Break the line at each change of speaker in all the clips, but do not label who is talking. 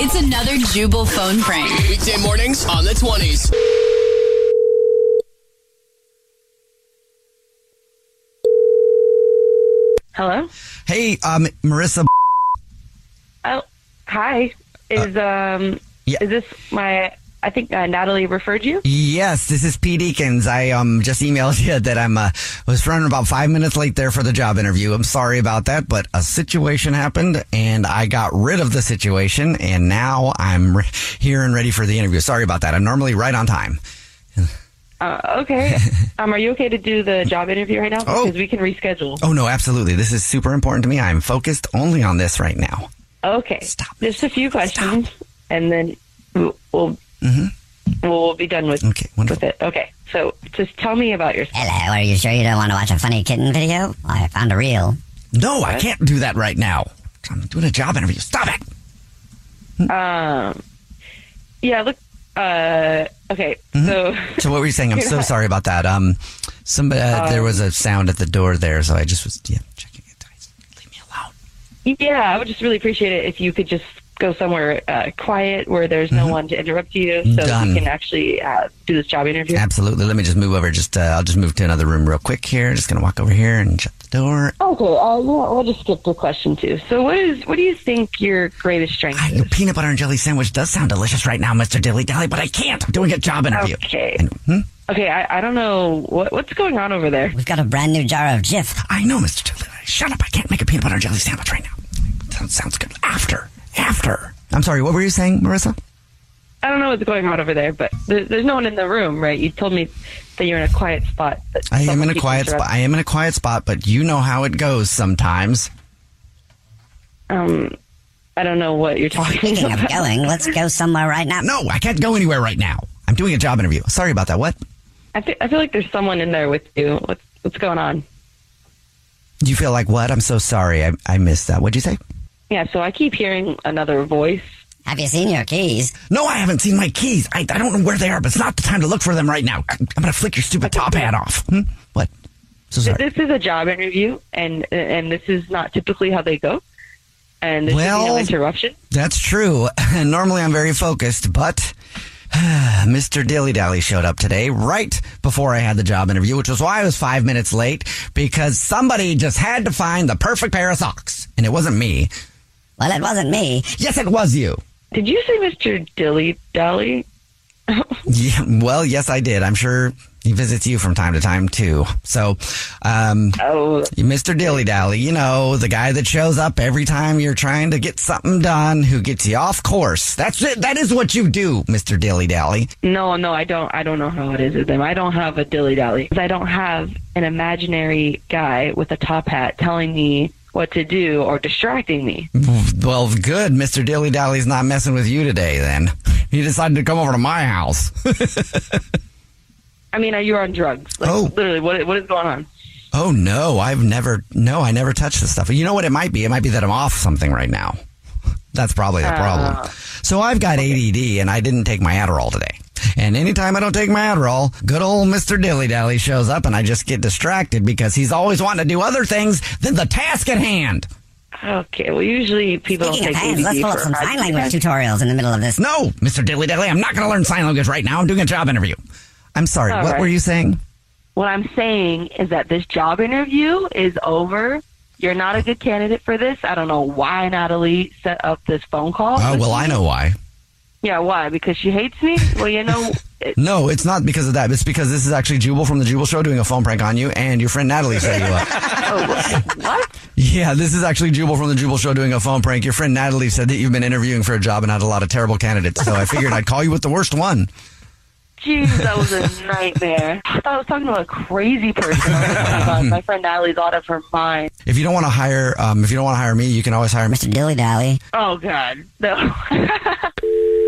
It's another Jubal phone prank.
Weekday mornings on the 20s.
Hello.
Hey, um, Marissa.
Oh, hi. Is um
Uh, yeah.
is this my? I think uh, Natalie referred you.
Yes, this is Pete Eakins. I um just emailed you that I'm uh, was running about five minutes late there for the job interview. I'm sorry about that, but a situation happened and I got rid of the situation, and now I'm re- here and ready for the interview. Sorry about that. I'm normally right on time.
Uh, okay. um, are you okay to do the job interview right now?
Oh.
Because we can reschedule.
Oh no, absolutely. This is super important to me. I'm focused only on this right now.
Okay.
Oh. Stop. Mm-hmm.
Just a few questions, and then we'll we'll, we'll, we'll be done with
Okay, wonderful.
with it. Okay. So just tell me about yourself.
Hello, are you sure you don't want to watch a funny kitten video? I found a reel.
No, I can't do that right now. I'm doing a job interview. Stop it.
Um. Yeah. Look. Uh. Okay.
Mm-hmm.
So.
So what were you saying? I'm so sorry about that. Um, somebody uh,
Um,
there was a sound at the door there, so I just was yeah checking it. Leave me alone.
Yeah, I would just really appreciate it if you could just go somewhere uh, quiet where there's no one to interrupt you, so that
Mm-hmm. Done.
you can actually uh, do this job interview.
Absolutely. Let me just move over. Just uh, I'll just move to another room real quick here. Just gonna walk over here and shut the door.
Okay, uh, you know what, we'll just skip the question too. So, what is what do you think your greatest strength
I, your
is?
peanut butter and jelly sandwich does sound delicious right now, Mister Dilly Dally, but I can't. I'm doing a job interview.
Okay.
And, hmm?
Okay, I, I don't know what, what's going on over there.
We've got a brand new jar of Jif.
I know, Mister Dilly Dally. Shut up! I can't make a peanut butter and jelly sandwich right now. Sounds sounds good. After, after. I'm sorry. What were you saying, Marissa?
I don't know what's going on over there, but there, there's no one in the room, right? You told me that you're in a quiet spot. but
I am
someone
in a
keeps
quiet spot. I am in a quiet spot, but you know how it goes sometimes.
interrupt- Um, I don't know what you're talking
Speaking of
about.
going, let's go somewhere right now.
No, I can't go anywhere right now. I'm doing a job interview. Sorry about that. What?
I, fe- I feel like there's someone in there with you. What's what's going on?
Do you feel like what? I'm so sorry. I, I missed that. What'd you say?
Yeah, so I keep hearing another voice.
Have you seen your keys?
No, I haven't seen my keys. I, I don't know where they are, but it's not the time to look for them right now. I, I'm going to flick your stupid top hat off. Hmm? What? So sorry.
This is a job interview, and and this is not typically how they go. And there's should be no
Well-
interruption.
That's true. Normally I'm very focused, but Mr. Dilly Dally showed up today right before I had the job interview, which was why I was five minutes late because somebody just had to find the perfect pair of socks. And it wasn't me.
Well, it wasn't me.
Yes, it was you.
Did you say Mr. Dilly Dally?
Yeah, well, yes, I did. I'm sure he visits you from time to time too. So, um,
Oh,
Mr. Dilly Dally, you know, the guy that shows up every time you're trying to get something done, who gets you off course. That's it. That is what you do, Mr. Dilly Dally.
no, no, I don't. I don't know how it is with them. I don't have a Dilly Dally. I don't have an imaginary guy with a top hat telling me what to do or distracting me.
Well, good. Mr. Dilly Dally's not messing with you today then. He decided to come over to my house.
I mean, are you on drugs? Like,
Oh.
literally, what what is going on?
oh no, I've never, no, I never touched this stuff. You know what it might be? It might be that I'm off something right now. That's probably the problem.
Ah.
so I've got ADD and I didn't take my Adderall today. And anytime I don't take my Adderall, good old Mr. Dilly Dally shows up and I just get distracted because he's always wanting to do other things than the task at hand.
Okay, well, usually people
Speaking of
don't
hands,
take
let's
ADD
pull up
for
some sign
project
language tutorials in the middle of this.
No, Mr. Dilly Dally, I'm not going to learn sign language right now. I'm doing a job interview. I'm sorry.
All
what
right.
were you saying?
What I'm saying is that this job interview is over. You're not a good candidate for this. I don't know why Natalie set up this phone call.
Oh, well, I know why.
Yeah, why? Because she hates me? Well, you know, it,
No, it's not because of that. It's because this is actually Jubal from the Jubal Show doing a phone prank on you, and your friend Natalie set you up.
oh, what?
yeah, this is actually Jubal from the Jubal Show doing a phone prank. Your friend Natalie said that you've been interviewing for a job and had a lot of terrible candidates, so I figured I'd call you with the worst one.
Jeez, that was a nightmare. I thought I was talking to a crazy person. I was talking about My friend Natalie's out of her mind.
If you don't want to hire, um, if you don't want to hire me, you can always hire me.
Mr. Dilly Dally.
Oh, God. No.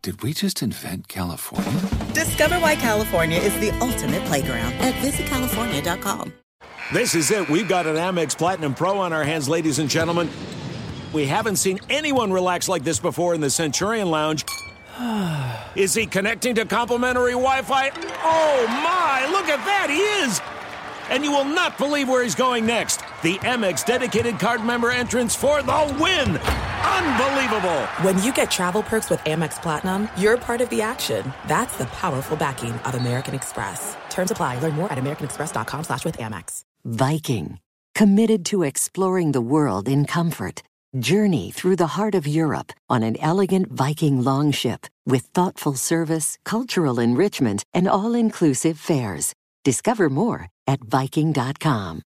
Did we just invent California?
Discover why California is the ultimate playground at visitcalifornia.com.
This is it. We've got an Amex Platinum Pro on our hands, ladies and gentlemen. We haven't seen anyone relax like this before in the Centurion Lounge. Is he connecting to complimentary Wi Fi? Oh my, look at that! He is! And you will not believe where he's going next. The Amex dedicated card member entrance for the win! Unbelievable!
When you get travel perks with Amex Platinum, you're part of the action. That's the powerful backing of American Express. Terms apply. Learn more at americanexpress.com slash with Amex.
Viking, committed to exploring the world in comfort. Journey through the heart of Europe on an elegant Viking longship with thoughtful service, cultural enrichment, and all inclusive fares. Discover more at Viking.com.